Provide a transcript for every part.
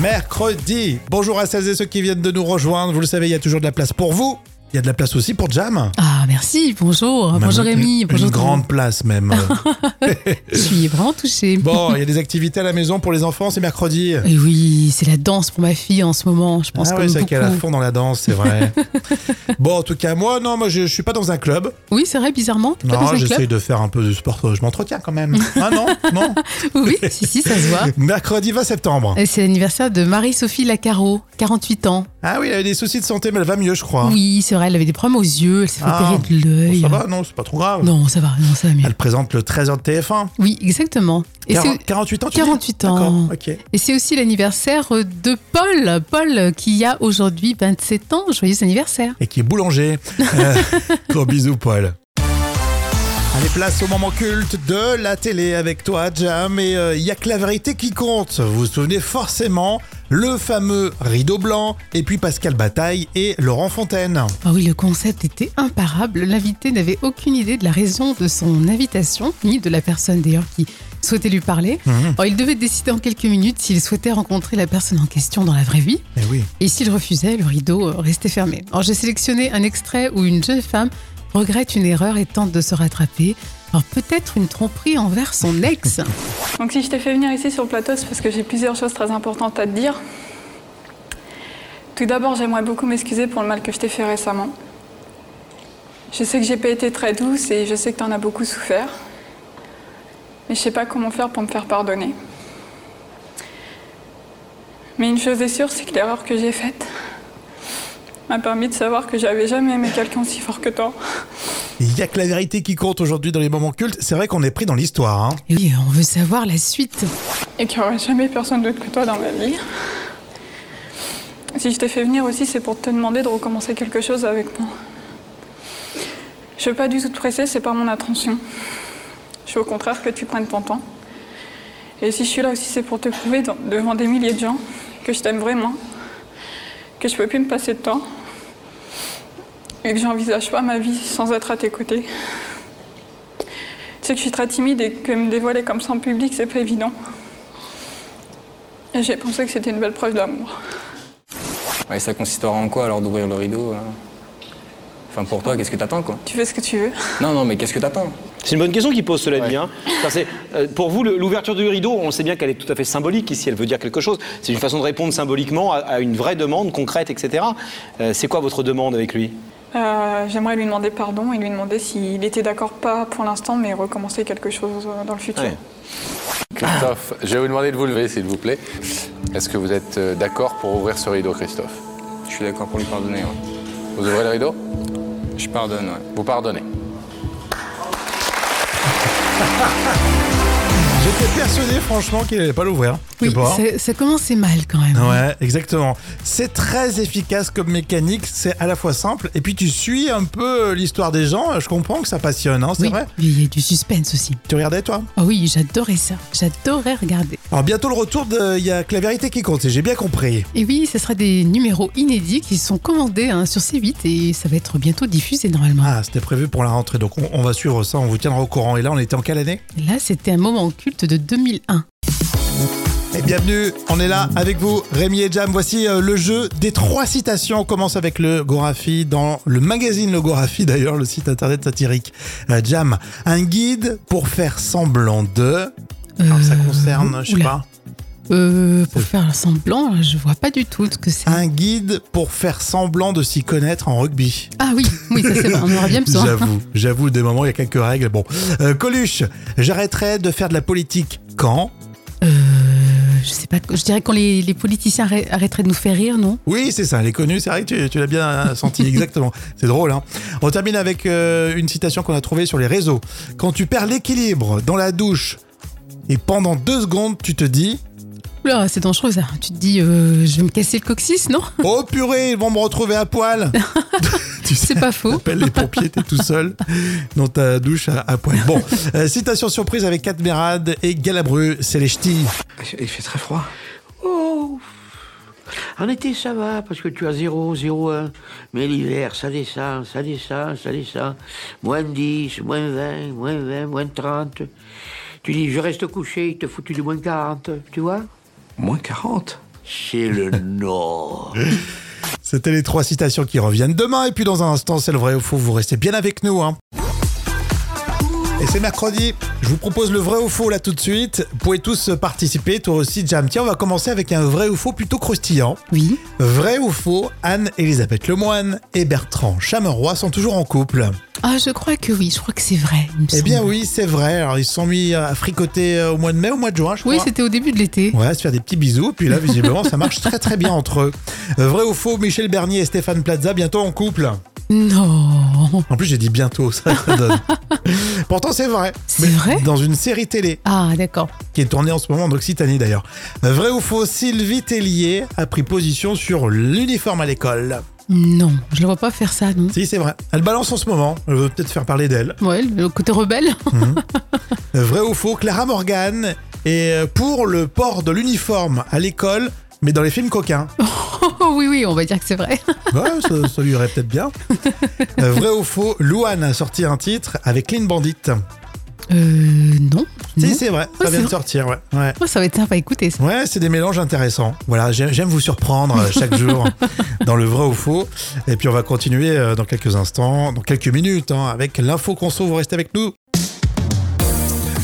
mercredi. Bonjour à celles et ceux qui viennent de nous rejoindre. Vous le savez, il y a toujours de la place pour vous. Il y a de la place aussi pour Jam. Ah, merci, bonjour. Oh, bonjour Même Rémi. Bah, Une, bonjour une tout le monde. grande place même. Je suis vraiment touchée. bon, il y a des activités à la maison pour les enfants, c'est mercredi. Et oui, c'est la danse pour ma fille en ce moment, je pense ah comme oui, c'est vrai qu'elle a beaucoup. fond dans la danse, c'est vrai. bon, en tout cas, moi, non, moi, je, je suis pas dans un club. Oui, c'est vrai, bizarrement, t'es pas dans Non, un club. j'essaye de faire un peu de sport. euh, Je m'entretiens quand même. Ah non, non. Oui, si, si, ça se voit. Mercredi 20 septembre. Et c'est l'anniversaire de Marie-Sophie Lacaro, 48 ans. Ah oui, elle a des soucis de santé, mais elle va mieux, je crois. Euh. Oui, c'est vrai, elle avait des problèmes aux yeux, elle s'est fait Ah, opérer de l'œil. Bon, ça va, non, c'est pas trop grave. Non, ça va, non, ça va mieux. Elle présente le 13h de TF1. Oui, exactement. Et c'est- 40 48 ans, tu dis 48 ans. D'accord, ok. Et c'est aussi l'anniversaire de Paul. Paul qui a aujourd'hui 27 ans. Joyeux anniversaire. Et qui est boulanger. Euh, Gros bisous, Paul. Allez, place au moment culte de la télé avec toi, Jam. Et il n'y a que la vérité qui compte. Vous vous souvenez forcément le fameux rideau blanc, et puis Pascal Bataille et Laurent Fontaine. Ah oui, le concept était imparable. L'invité n'avait aucune idée de la raison de son invitation, ni de la personne d'ailleurs qui souhaitait lui parler. Mhm. Or, il devait décider en quelques minutes s'il souhaitait rencontrer la personne en question dans la vraie vie. Eh oui. Et s'il refusait, le rideau euh, restait fermé. Alors j'ai sélectionné un extrait où une jeune femme regrette une erreur et tente de se rattraper. Alors peut-être une tromperie envers son ex. Donc si je t'ai fait venir ici sur le plateau, c'est parce que j'ai plusieurs choses très importantes à te dire. Tout d'abord, j'aimerais beaucoup m'excuser pour le mal que je t'ai fait récemment. Je sais que j'ai pas été très douce et je sais que t'en as beaucoup souffert. Mais je sais pas comment faire pour me faire pardonner. Mais une chose est sûre, c'est que l'erreur que j'ai faite m'a permis de savoir que j'avais jamais aimé quelqu'un aussi fort que toi. Il n'y a que la vérité qui compte aujourd'hui dans les moments cultes. C'est vrai qu'on est pris dans l'histoire. hein. Et oui, on veut savoir la suite. et qu'il n'y aurait jamais personne d'autre que toi dans ma vie. Si je t'ai fait venir aussi, c'est pour te demander de recommencer quelque chose avec moi. Je veux pas du tout te presser, c'est pas mon intention. Je veux au contraire que tu prennes ton temps. Et si je suis là aussi, c'est pour te prouver dans- devant des milliers de gens que je t'aime vraiment, que je peux plus me passer de toi, et que j'envisage pas ma vie sans être à tes côtés. Tu sais que je suis très timide et que me dévoiler comme ça en public, c'est pas évident. Et j'ai pensé que c'était une belle preuve d'amour. Ouais, ça consistera en quoi alors d'ouvrir le rideau hein Enfin pour toi, qu'est-ce que t'attends quoi Tu fais ce que tu veux. Non, non, mais qu'est-ce que t'attends C'est une bonne question qu'il pose, cela dit. hein. Enfin, c'est, euh, pour vous, le- l'ouverture du rideau, on sait bien qu'elle est tout à fait symbolique ici, elle veut dire quelque chose. C'est une façon de répondre symboliquement à, à une vraie demande concrète, etc. Euh, c'est quoi votre demande avec lui Euh, J'aimerais lui demander pardon et lui demander s'il était d'accord, pas pour l'instant, mais recommencer quelque chose euh, dans le futur. Ouais. Christophe, je vais vous demander de vous lever, s'il vous plaît. Est-ce que vous êtes euh, d'accord pour ouvrir ce rideau, Christophe Je suis d'accord pour lui pardonner. ouais. Vous ouvrez le rideau Je pardonne, ouais. Vous pardonnez. J'étais persuadé, franchement, qu'il n'allait pas l'ouvrir. Tu Oui, vois ça, ça commençait mal quand même. hein Ouais, exactement. C'est très efficace comme mécanique, c'est à la fois simple, et puis tu suis un peu l'histoire des gens, je comprends que ça passionne, hein, c'est Oui, vrai. mais il y a du suspense aussi. Tu regardais toi Ah oui, j'adorais ça. J'adorais regarder. Alors bientôt le retour de Il y a que la vérité qui compte, si j'ai bien compris. Et oui, ce sera des numéros inédits qui sont commandés hein, sur C8 et ça va être bientôt diffusé normalement. Ah, c'était prévu pour la rentrée, donc on, on va suivre ça, on vous tiendra au courant. Et là, on était en quelle année Là, c'était un moment culte de 2001. Et Eh, bienvenue, on est là avec vous, Rémi et Jam. Voici euh, le jeu des trois citations. On commence avec le Gorafi dans le magazine Le Gorafi, d'ailleurs, le site internet satirique. Euh, Jam, un guide pour faire semblant de. Alors, Ah, ça Euh, concerne, je sais oula. pas. Euh, pour faire semblant, je vois pas du tout ce que c'est. Un guide pour faire semblant de s'y connaître en rugby. Ah oui, oui, ça c'est vrai, on aura bien besoin. J'avoue, j'avoue, des moments, il y a quelques règles. Bon, Euh, Coluche, j'arrêterai de faire de la politique quand Euh, je sais pas, je dirais quand les, les politiciens arrê- arrêteraient de nous faire rire, non Oui, c'est ça, elle est connue, c'est vrai que tu, tu l'as bien euh, senti, exactement. C'est drôle, hein. On termine avec euh, une citation qu'on a trouvée sur les réseaux. Quand tu perds l'équilibre dans la douche et pendant deux secondes, tu te dis Oula, c'est dangereux ça. Tu te dis, euh, je vais me casser le coccyx, non Oh purée, ils vont me retrouver à poil Tu sais, C'est pas faux. Appelle les pompiers, t'es tout seul dans ta douche à, à poil. Bon, euh, citation surprise avec Cadmerade et Galabru, c'est les ch'tis. Il fait très froid. Oh En été, ça va, parce que tu as 0, 0, 1. Mais l'hiver, ça descend, ça descend, ça descend. Moins 10, moins 20, moins 20, moins 30. Tu dis, je reste couché, il te foutu du moins 40, tu vois Moins 40 c'est le Nord. C'était les trois citations qui reviennent demain. Et puis dans un instant, c'est le vrai ou faux. Vous restez bien avec nous. hein. Et c'est mercredi. Je vous propose le vrai ou faux là tout de suite. Vous pouvez tous participer. Toi aussi, Jam. Tiens, on va commencer avec un vrai ou faux plutôt croustillant. Oui. Vrai ou faux, Anne-Elisabeth Lemoine et Bertrand Chameroy sont toujours en couple. Ah, je crois que oui, je crois que c'est vrai. il me Eh bien semble. oui, c'est vrai. Alors ils se sont mis à fricoter euh, au mois de mai, au mois de juin, je crois. Oui, c'était au début de l'été. Ouais, se faire des petits bisous, puis là, visiblement, ça marche très très bien entre eux. Euh, Vrai ou faux, Michel Bernier et Stéphane Plaza, bientôt en couple. Non. En plus, j'ai dit bientôt, ça, ça donne. Pourtant, c'est vrai. C'est vrai Dans une série télé, Ah, d'accord. qui est tournée en ce moment en Occitanie d'ailleurs. Euh, Vrai ou faux, Sylvie Tellier a pris position sur l'uniforme à l'école. Non, je la vois pas faire ça, non. Si, c'est vrai. Elle balance en ce moment, elle veut peut-être faire parler d'elle. Ouais, le côté rebelle. Vrai ou faux, Clara Morgan est euh, pour le port de l'uniforme à l'école, mais dans les films coquins. Oh, oui, oui, on va dire que c'est vrai. Ouais, ça, ça lui irait peut-être bien. Euh, vrai ou faux, Louane a sorti un titre avec Clean Bandit. Euh, non. Si, non. c'est vrai, ça vient Oui, c'est de vrai. sortir, ouais. Ouais, Oh, ça va être sympa, écoutez. ça. Ouais, c'est des mélanges intéressants. Voilà, j'ai- j'aime vous surprendre euh, chaque jour dans le vrai ou faux. Et puis on va continuer euh, dans quelques instants, dans quelques minutes, hein, avec l'info conso. Vous restez avec nous.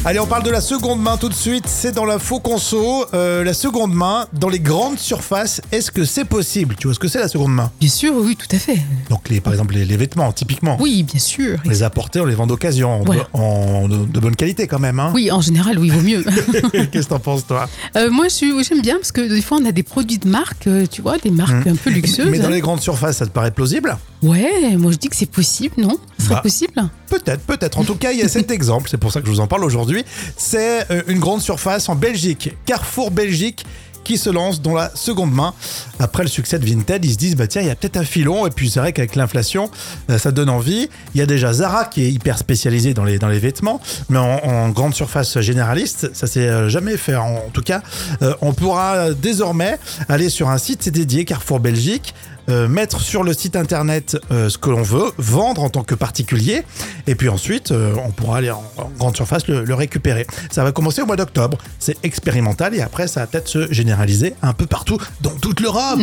Allez, on parle de la seconde main tout de suite. C'est dans l'info conso. Euh, la seconde main, dans les grandes surfaces, est-ce que c'est possible Tu vois ce que c'est la seconde main Bien sûr, oui, tout à fait. Donc, les, par exemple, les, les vêtements, typiquement. Oui, bien sûr. On les apporter, on les vend d'occasion, en- Voilà. en, de, de bonne qualité quand même. Hein Oui, en général, oui, vaut mieux. Qu'est-ce que t'en penses, toi Euh, moi, je suis- j'aime bien parce que des fois, on a des produits de marque, euh, tu vois, des marques un peu luxueuses. Mais dans les grandes surfaces, ça te paraît plausible Ouais, moi, je dis que c'est possible, non Ce serait Bah. possible Peut-être, peut-être. En tout cas, il y a cet exemple, c'est pour ça que je vous en parle aujourd'hui. C'est euh, une grande surface en Belgique, Carrefour Belgique, qui se lance dans la seconde main. Après le succès de Vinted, ils se disent, bah tiens, il y a peut-être un filon. Et puis c'est vrai qu'avec l'inflation, euh, ça donne envie. Il y a déjà Zara qui est hyper spécialisée dans les, dans les vêtements, mais en, en grande surface généraliste, ça s'est euh, jamais fait. En, en tout cas, euh, on pourra désormais aller sur un site dédié Carrefour Belgique, euh, mettre sur le site internet euh, ce que l'on veut, vendre en tant que particulier, et puis ensuite euh, on pourra aller en, en grande surface le, le récupérer. Ça va commencer au mois d'octobre, c'est expérimental et après ça va peut-être se généraliser un peu partout dans toute l'Europe.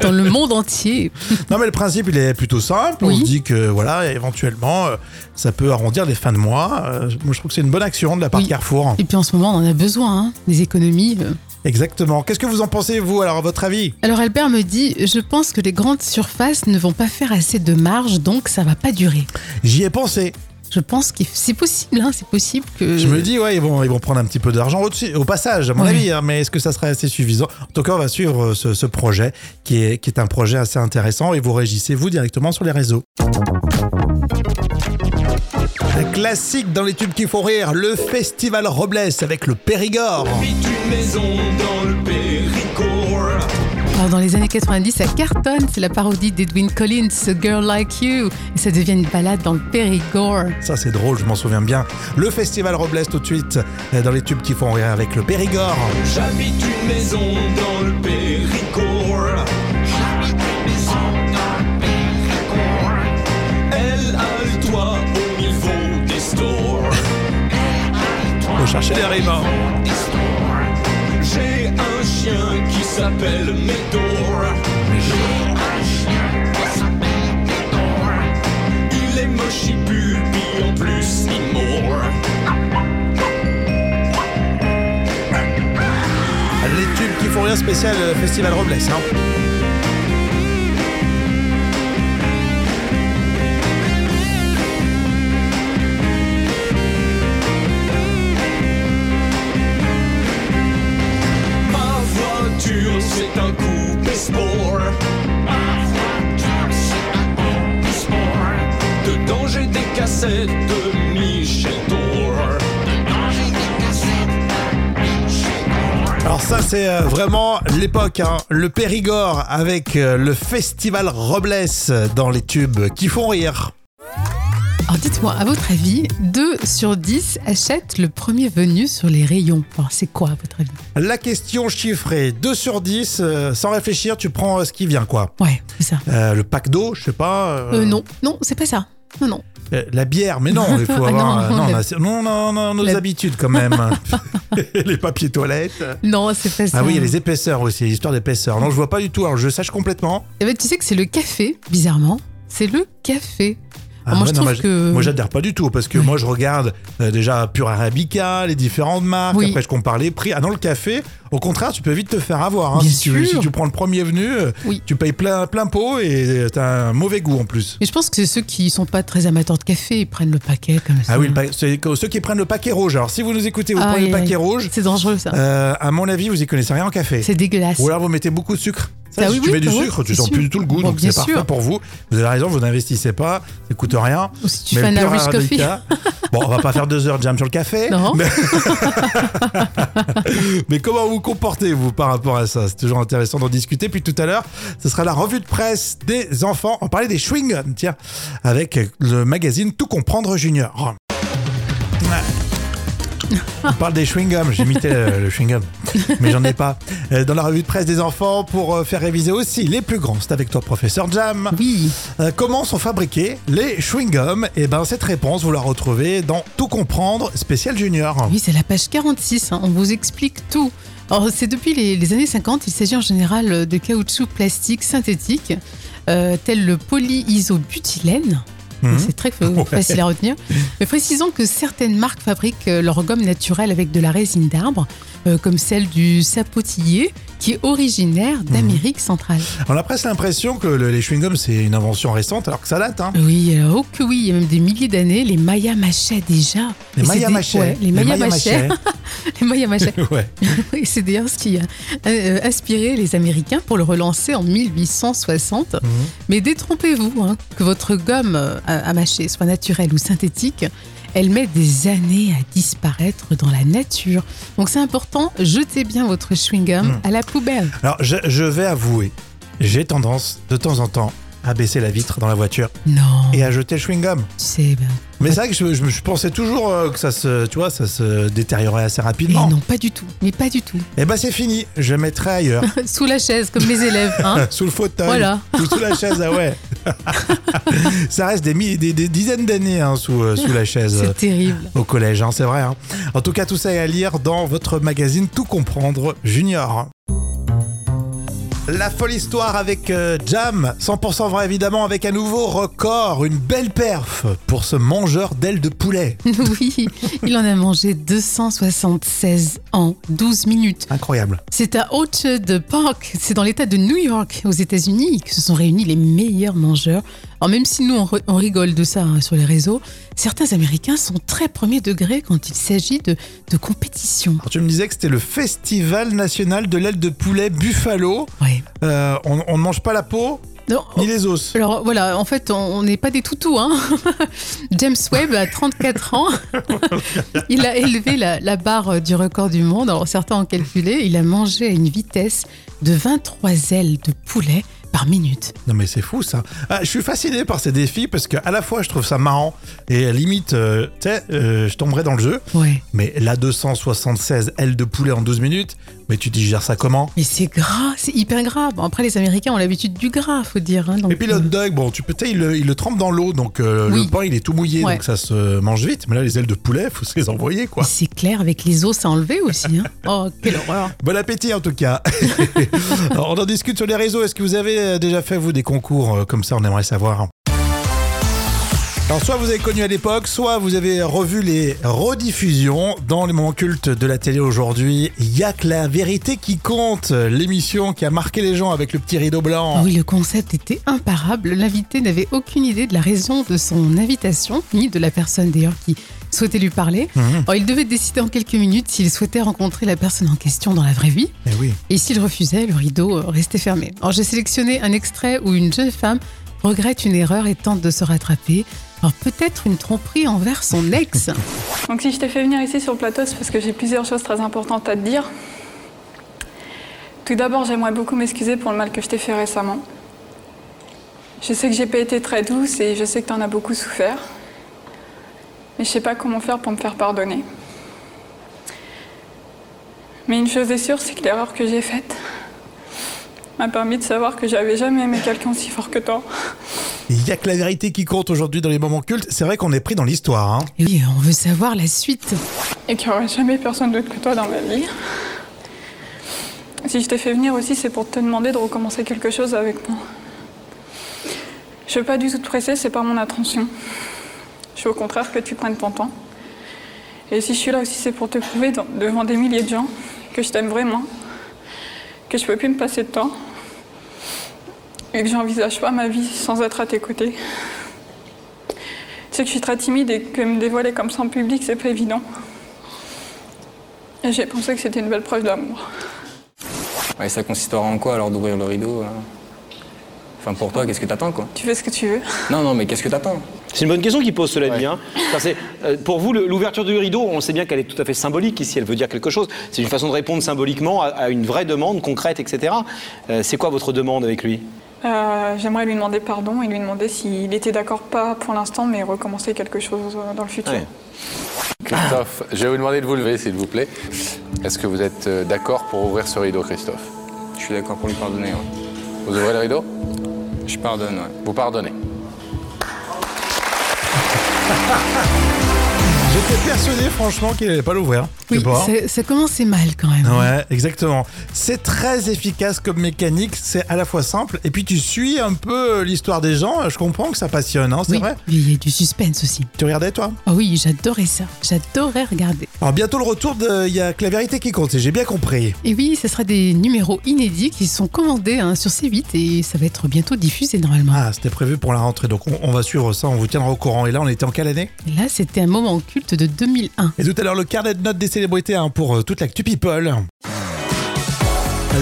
Dans le monde entier. non mais le principe il est plutôt simple, on Oui. se dit que voilà éventuellement euh, ça peut arrondir les fins de mois. Euh, moi je trouve que c'est une bonne action de la part de Oui. Carrefour. Et puis, en ce moment, on en a besoin, hein, des économies. euh. Exactement. Qu'est-ce que vous en pensez vous alors à votre avis Alors, Albert me dit Je pense que les grandes surfaces ne vont pas faire assez de marge, donc ça va pas durer. J'y ai pensé. Je pense que c'est possible, hein, c'est possible que. Je me dis, ouais, ils vont, ils vont prendre un petit peu d'argent au-dessus- au passage, à mon Ouais. avis, hein, mais est-ce que ça serait assez suffisant En tout cas, on va suivre euh, ce, ce projet qui est, qui est un projet assez intéressant et vous réagissez, vous, directement sur les réseaux. Un classique dans les tubes qui font rire, le Festival Robles avec le Périgord. Alors, dans les années 90, ça cartonne, c'est la parodie d'Edwin Collins, A Girl Like You, et ça devient une balade dans le Périgord. Ça, c'est drôle, je m'en souviens bien. Le Festival Robles tout de suite euh, dans les tubes qui font rire avec le Périgord. J'habite une maison dans le Périgord. Elle a le toit au niveau des stores. Faut chercher les rimes. hein. J'ai un chien qui s'appelle Médor. Il est moche, il pue, puis en plus il mord. Les tubes qui font rire spécial euh, Festival Robles. hein. Ma voiture, c'est un coupé sport. Dedans j'ai des cassettes de Michel Thor. Alors ça c'est euh, vraiment l'époque, hein. le Périgord avec euh, le festival Robles dans les tubes qui font rire. Alors dites-moi, à votre avis, 2 sur 10 achètent le premier venu sur les rayons. Alors c'est quoi à votre avis La question chiffrée, 2 sur 10, euh, sans réfléchir tu prends euh, ce qui vient quoi. Ouais, c'est ça. Euh, le pack d'eau, je sais pas. Euh, non, non, c'est pas ça. Non, non. Euh, la bière, mais non, il faut Ah avoir. euh, non, non, la- on a- non, non, non, nos La- habitudes quand même. les papiers toilettes. Non, c'est pas ça. Ah oui, il y a les épaisseurs aussi, l'histoire d'épaisseur. Non, je vois pas du tout. Alors, je sache complètement. Eh ben, tu sais que c'est le café, bizarrement. C'est le café. Ah, Alors, moi, ouais, je non, trouve j- que. moi, j'adhère pas du tout parce que moi, je regarde euh, déjà pure arabica, les différentes marques. Oui. Après, je compare les prix. Ah, dans le café, au contraire, tu peux vite te faire avoir. hein. Bien si, tu, sûr. si tu prends le premier venu, euh, Oui. tu payes plein, plein pot et euh, t'as un mauvais goût en plus. Mais je pense que c'est ceux qui sont pas très amateurs de café, ils prennent le paquet comme ça. Ah oui, le pa- c'est que- ceux qui prennent le paquet rouge. Alors, si vous nous écoutez, vous Ah, prenez le aïe, aïe. paquet rouge. C'est dangereux ça. euh, à mon avis, vous y connaissez rien en café. c'est dégueulasse. Ou alors vous mettez beaucoup de sucre. Ça, Ah si oui, tu oui, mets du bah oui, sucre, tu bien sens sûr. plus du tout le goût, Bon, donc bien c'est parfait sûr. pour vous. Vous avez raison, vous n'investissez pas, ça coûte rien. Ou si tu Mais fais un le pur Irish coffee. arabica- Bon, on va pas faire deux heures de jam sur le café. Non. Mais, mais comment vous comportez-vous par rapport à ça C'est toujours intéressant d'en discuter. Puis tout à l'heure, ce sera la revue de presse des enfants. On parlait des chewing-gums, tiens, avec le magazine Tout comprendre junior. Ouais. On parle des chewing-gums, j'imitais le, le chewing-gum, mais j'en ai pas. Euh, Dans la revue de presse des enfants pour euh, faire réviser aussi les plus grands. C'est avec toi, professeur Jam. Oui. Euh, comment sont fabriqués les chewing-gums Et ben cette réponse, vous la retrouvez dans Tout comprendre spécial junior. Oui, c'est la page 46, hein, on vous explique tout. Alors, c'est depuis les, les années 50, il s'agit en général de caoutchouc plastique synthétique, euh, tel le polyisobutylène. Mhm. C'est très fa- facile à retenir. Mais précisons que certaines marques fabriquent euh, leur gomme naturelle avec de la résine d'arbre, euh, comme celle du sapotillier, qui est originaire d'Amérique centrale. On a presque l'impression que le- les chewing-gums c'est une invention récente alors que ça date. Hein. Oui, euh, oh que oui, il y a même des milliers d'années, les Maya mâchaient déjà. Les Et c'est Maya des- Machet. ouais, les Maya mâchaient. Les Maya mâchaient. ouais. Oui, c'est d'ailleurs ce qui a euh, inspiré les Américains pour le relancer en 1860. Mhm. Mais détrompez-vous, hein, que votre gomme euh, à, à mâcher soit naturelle ou synthétique, elle met des années à disparaître dans la nature. Donc c'est important, jetez bien votre chewing-gum Mhm. à la poubelle. Alors je, je vais avouer, j'ai tendance de temps en temps à baisser la vitre dans la voiture Non, et à jeter le chewing-gum. tu sais, ben, Mais c'est vrai que je, je- je pensais toujours euh, que ça se, tu vois, ça se détériorait assez eh rapidement. non. pas du tout, mais pas du tout. Et ben c'est fini, je le mettrai ailleurs, Sous la chaise, comme mes élèves. Hein. sous le fauteuil. voilà. Ou sous la chaise, ah ouais. ça reste des, mi- des- des dizaines d'années hein, sous, euh, sous la chaise euh, C'est terrible. au collège, hein, c'est vrai. hein. En tout cas, tout ça est à lire dans votre magazine Tout comprendre junior. La folle histoire avec euh, Jam, 100% vrai évidemment, avec un nouveau record, une belle perf pour ce mangeur d'ailes de poulet. Oui, il en a mangé 276 en 12 minutes. Incroyable. C'est à Orchard Park, c'est dans l'État de New York, aux États-Unis, que se sont réunis les meilleurs mangeurs. Alors même si nous on, re- on rigole de ça hein, sur les réseaux, certains Américains sont très premier degré quand il s'agit de, de compétition. Alors, tu me disais que c'était le Festival national de l'aile de poulet Buffalo. Ouais. Euh, on on ne mange pas la peau Non, ni les os. alors voilà, en fait, on- on n'est pas des toutous. Hein. James Webb a 34 ans. il a élevé la, la barre du record du monde. Alors certains ont calculé, il a mangé à une vitesse de 23 ailes de poulet par minute. Non mais c'est fou ça. Ah, je suis fasciné par ces défis parce que à la fois je trouve ça marrant et à limite, euh, tu sais, euh, je tomberais dans le jeu. Ouais. Mais la 276 L de poulet en 12 minutes, mais tu digères ça comment Mais c'est gras, c'est hyper gras. Bon, après, les Américains ont l'habitude du gras, faut dire. hein, donc, Et puis le hot dog, bon, tu peux, tu sais, il le, il le trempe dans l'eau, donc euh, Oui. le pain il est tout mouillé, Ouais. donc ça se mange vite. Mais là, les ailes de poulet, faut se les envoyer euh, quoi. C'est clair, avec les os, c'est enlevé aussi. hein. Oh, quelle horreur. Bon appétit en tout cas. Alors, on en discute sur les réseaux. Est-ce que vous avez euh, déjà fait vous des concours euh, comme ça On aimerait savoir. Alors soit vous avez connu à l'époque, soit vous avez revu les rediffusions dans les moments cultes de la télé aujourd'hui. Il y a que la vérité qui compte, l'émission qui a marqué les gens avec le petit rideau blanc. Oui, le concept était imparable. L'invité n'avait aucune idée de la raison de son invitation, ni de la personne d'ailleurs qui souhaitait lui parler. Mhm. Alors, il devait décider en quelques minutes s'il souhaitait rencontrer la personne en question dans la vraie vie. Eh oui. Et s'il refusait, le rideau euh, restait fermé. Alors j'ai sélectionné un extrait où une jeune femme regrette une erreur et tente de se rattraper. Alors peut-être une tromperie envers son ex. Donc si je t'ai fait venir ici sur le plateau, c'est parce que j'ai plusieurs choses très importantes à te dire. Tout d'abord, j'aimerais beaucoup m'excuser pour le mal que je t'ai fait récemment. Je sais que j'ai pas été très douce et je sais que t'en as beaucoup souffert. Mais je sais pas comment faire pour me faire pardonner. Mais une chose est sûre, c'est que l'erreur que j'ai faite m'a permis de savoir que j'avais jamais aimé quelqu'un si fort que toi. Il n'y a que la vérité qui compte aujourd'hui dans les moments cultes. C'est vrai qu'on est pris dans l'histoire. hein. Et Eh oui, on veut savoir la suite. et qu'il n'y aurait jamais personne d'autre que toi dans ma vie. Si je t'ai fait venir aussi, c'est pour te demander de recommencer quelque chose avec moi. Je veux pas du tout te presser, c'est pas mon intention. Je veux au contraire que tu prennes ton temps. Et si je suis là aussi, c'est pour te prouver dans- devant des milliers de gens que je t'aime vraiment, que je peux plus me passer de temps et que j'envisage pas ma vie sans être à tes côtés. Tu sais que je suis très timide et que me dévoiler comme ça en public, c'est pas évident. Et J'ai pensé que c'était une belle preuve d'amour. Ouais, ça consistera en quoi alors d'ouvrir le rideau hein Enfin pour toi, qu'est-ce que t'attends quoi Tu fais ce que tu veux. Non, non, mais qu'est-ce que t'attends C'est une bonne question qu'il pose, cela dit. hein. Enfin, c'est, euh, pour vous, le- l'ouverture du rideau, on sait bien qu'elle est tout à fait symbolique ici, elle veut dire quelque chose. C'est une façon de répondre symboliquement à, à une vraie demande concrète, etc. Euh, c'est quoi votre demande avec lui Euh, J'aimerais lui demander pardon et lui demander s'il était d'accord, pas pour l'instant, mais recommencer quelque chose euh, dans le futur. Ouais. Christophe, je vais vous demander de vous lever, s'il vous plaît. Est-ce que vous êtes euh, d'accord pour ouvrir ce rideau, Christophe Je suis d'accord pour lui pardonner. ouais. Vous ouvrez le rideau Je pardonne, ouais. Vous pardonnez. J'étais persuadé, franchement, qu'il n'allait pas l'ouvrir. Je Oui, sais pas. ça, ça commençait mal quand même. Ouais, exactement. C'est très efficace comme mécanique, c'est à la fois simple, et puis tu suis un peu l'histoire des gens, je comprends que ça passionne, hein, c'est Oui, vrai mais il y a du suspense aussi. Tu regardais toi Ah oui, j'adorais ça. J'adorais regarder. Alors bientôt le retour de Il y a que la vérité qui compte, si j'ai bien compris. Et oui, ce sera des numéros inédits qui sont commandés hein, sur C8 et ça va être bientôt diffusé normalement. Ah, c'était prévu pour la rentrée, donc on, on va suivre ça, on vous tiendra au courant. Et là, on était en quelle année Et Là, c'était un moment culte de 2001. Et tout à l'heure, le carnet de notes des célébrités hein, pour euh, toute l'actu people.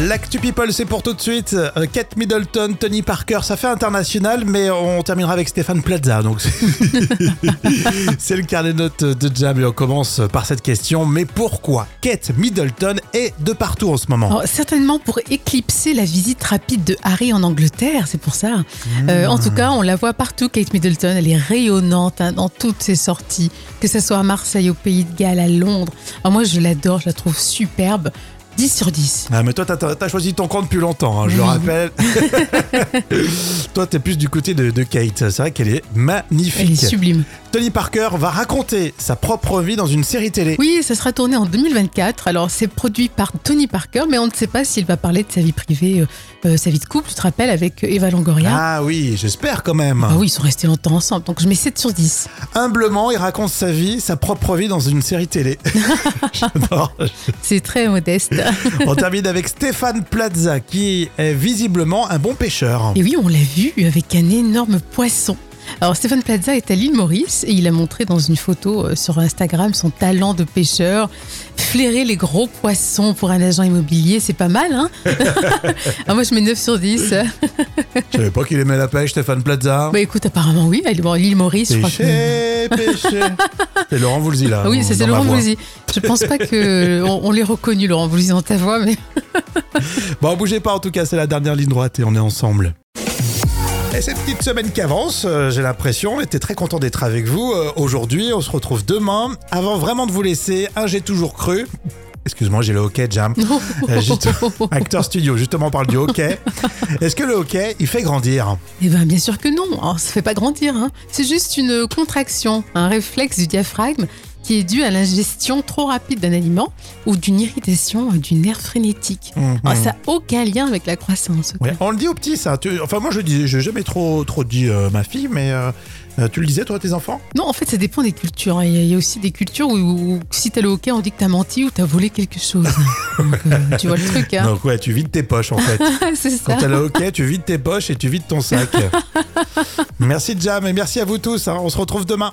L'actu people, c'est pour tout de suite. Euh, Kate Middleton, Tony Parker, ça fait international, mais on terminera avec Stéphane Plaza. Donc c'est- c'est le carnet de notes de Jam et on commence par cette question. Mais pourquoi Kate Middleton est de partout en ce moment Alors, Oh, certainement pour éclipser la visite rapide de Harry en Angleterre, c'est pour ça. Euh, en tout cas, on la voit partout, Kate Middleton. Elle est rayonnante hein, dans toutes ses sorties, que ce soit à Marseille, au Pays de Galles, à Londres. Alors moi, je l'adore, je la trouve superbe. 10 sur 10. Ah, mais toi, t'as- t'as t'as choisi ton camp depuis longtemps, hein, je le Oui. rappelle. toi, t'es plus du côté de, de Kate. C'est vrai qu'elle est magnifique. Elle est sublime. Tony Parker va raconter sa propre vie dans une série télé. Oui, ça sera tourné en 2024. Alors, c'est produit par Tony Parker, mais on ne sait pas s'il va parler de sa vie privée, euh, euh, sa vie de couple, tu te rappelles, avec Eva Longoria. Ah oui, j'espère quand même. Ah oui, ils sont restés longtemps ensemble, donc je mets 7 sur 10. Humblement, il raconte sa vie, sa propre vie dans une série télé. J'adore. C'est très modeste. On termine avec Stéphane Plaza, qui est visiblement un bon pêcheur. Et oui, on l'a vu avec un énorme poisson. Alors Stéphane Plaza est à l'île Maurice et il a montré dans une photo euh, sur Instagram son talent de pêcheur. Flairer les gros poissons pour un agent immobilier, c'est pas mal, hein Ah, Moi je mets 9 sur 10. Je savais pas qu'il aimait la pêche, Stéphane Plaza. Bah écoute, apparemment oui, elle est bon, l'île Maurice, je crois que... Pêcher, pêcher. C'est Laurent Voulzy là. Ah oui, ça, c'est dans ma Laurent voix. Voulzy. Je pense pas que on, on l'ait reconnu, Laurent Voulzy, dans ta voix, mais Bon, bougez pas en tout cas, c'est la dernière ligne droite et on est ensemble. Et cette petite semaine qui avance, euh, j'ai l'impression, on était très content d'être avec vous euh, aujourd'hui. On se retrouve demain. Avant vraiment de vous laisser, un j'ai toujours cru. Excuse-moi, j'ai le hockey, Jam. non. Euh, juste- Acteur Studio, justement, on parle du hockey. Est-ce que le hockey, il fait grandir Eh bien, bien sûr que non. Alors, ça fait pas grandir. hein. C'est juste une contraction, un réflexe du diaphragme qui est dû à l'ingestion trop rapide d'un aliment ou d'une irritation euh, du nerf frénétique. Mhm. Alors, ça n'a aucun lien avec la croissance. ok Ouais, On le dit aux petits, ça. Tu- Enfin, moi, je dis, j'ai jamais trop, trop dit euh, ma fille, mais euh, euh, tu le disais, toi, à tes enfants Non, en fait, ça dépend des cultures. hein. Il y a- il y a aussi des cultures où, où si t'as le hockey, on dit que t'as menti ou t'as volé quelque chose. Donc, euh, tu vois le truc, hein Donc, ouais, tu vides tes poches, en fait. C'est ça. Quand t'as le hockey, tu vides tes poches et tu vides ton sac. merci Jam et merci à vous tous. hein. On se retrouve demain.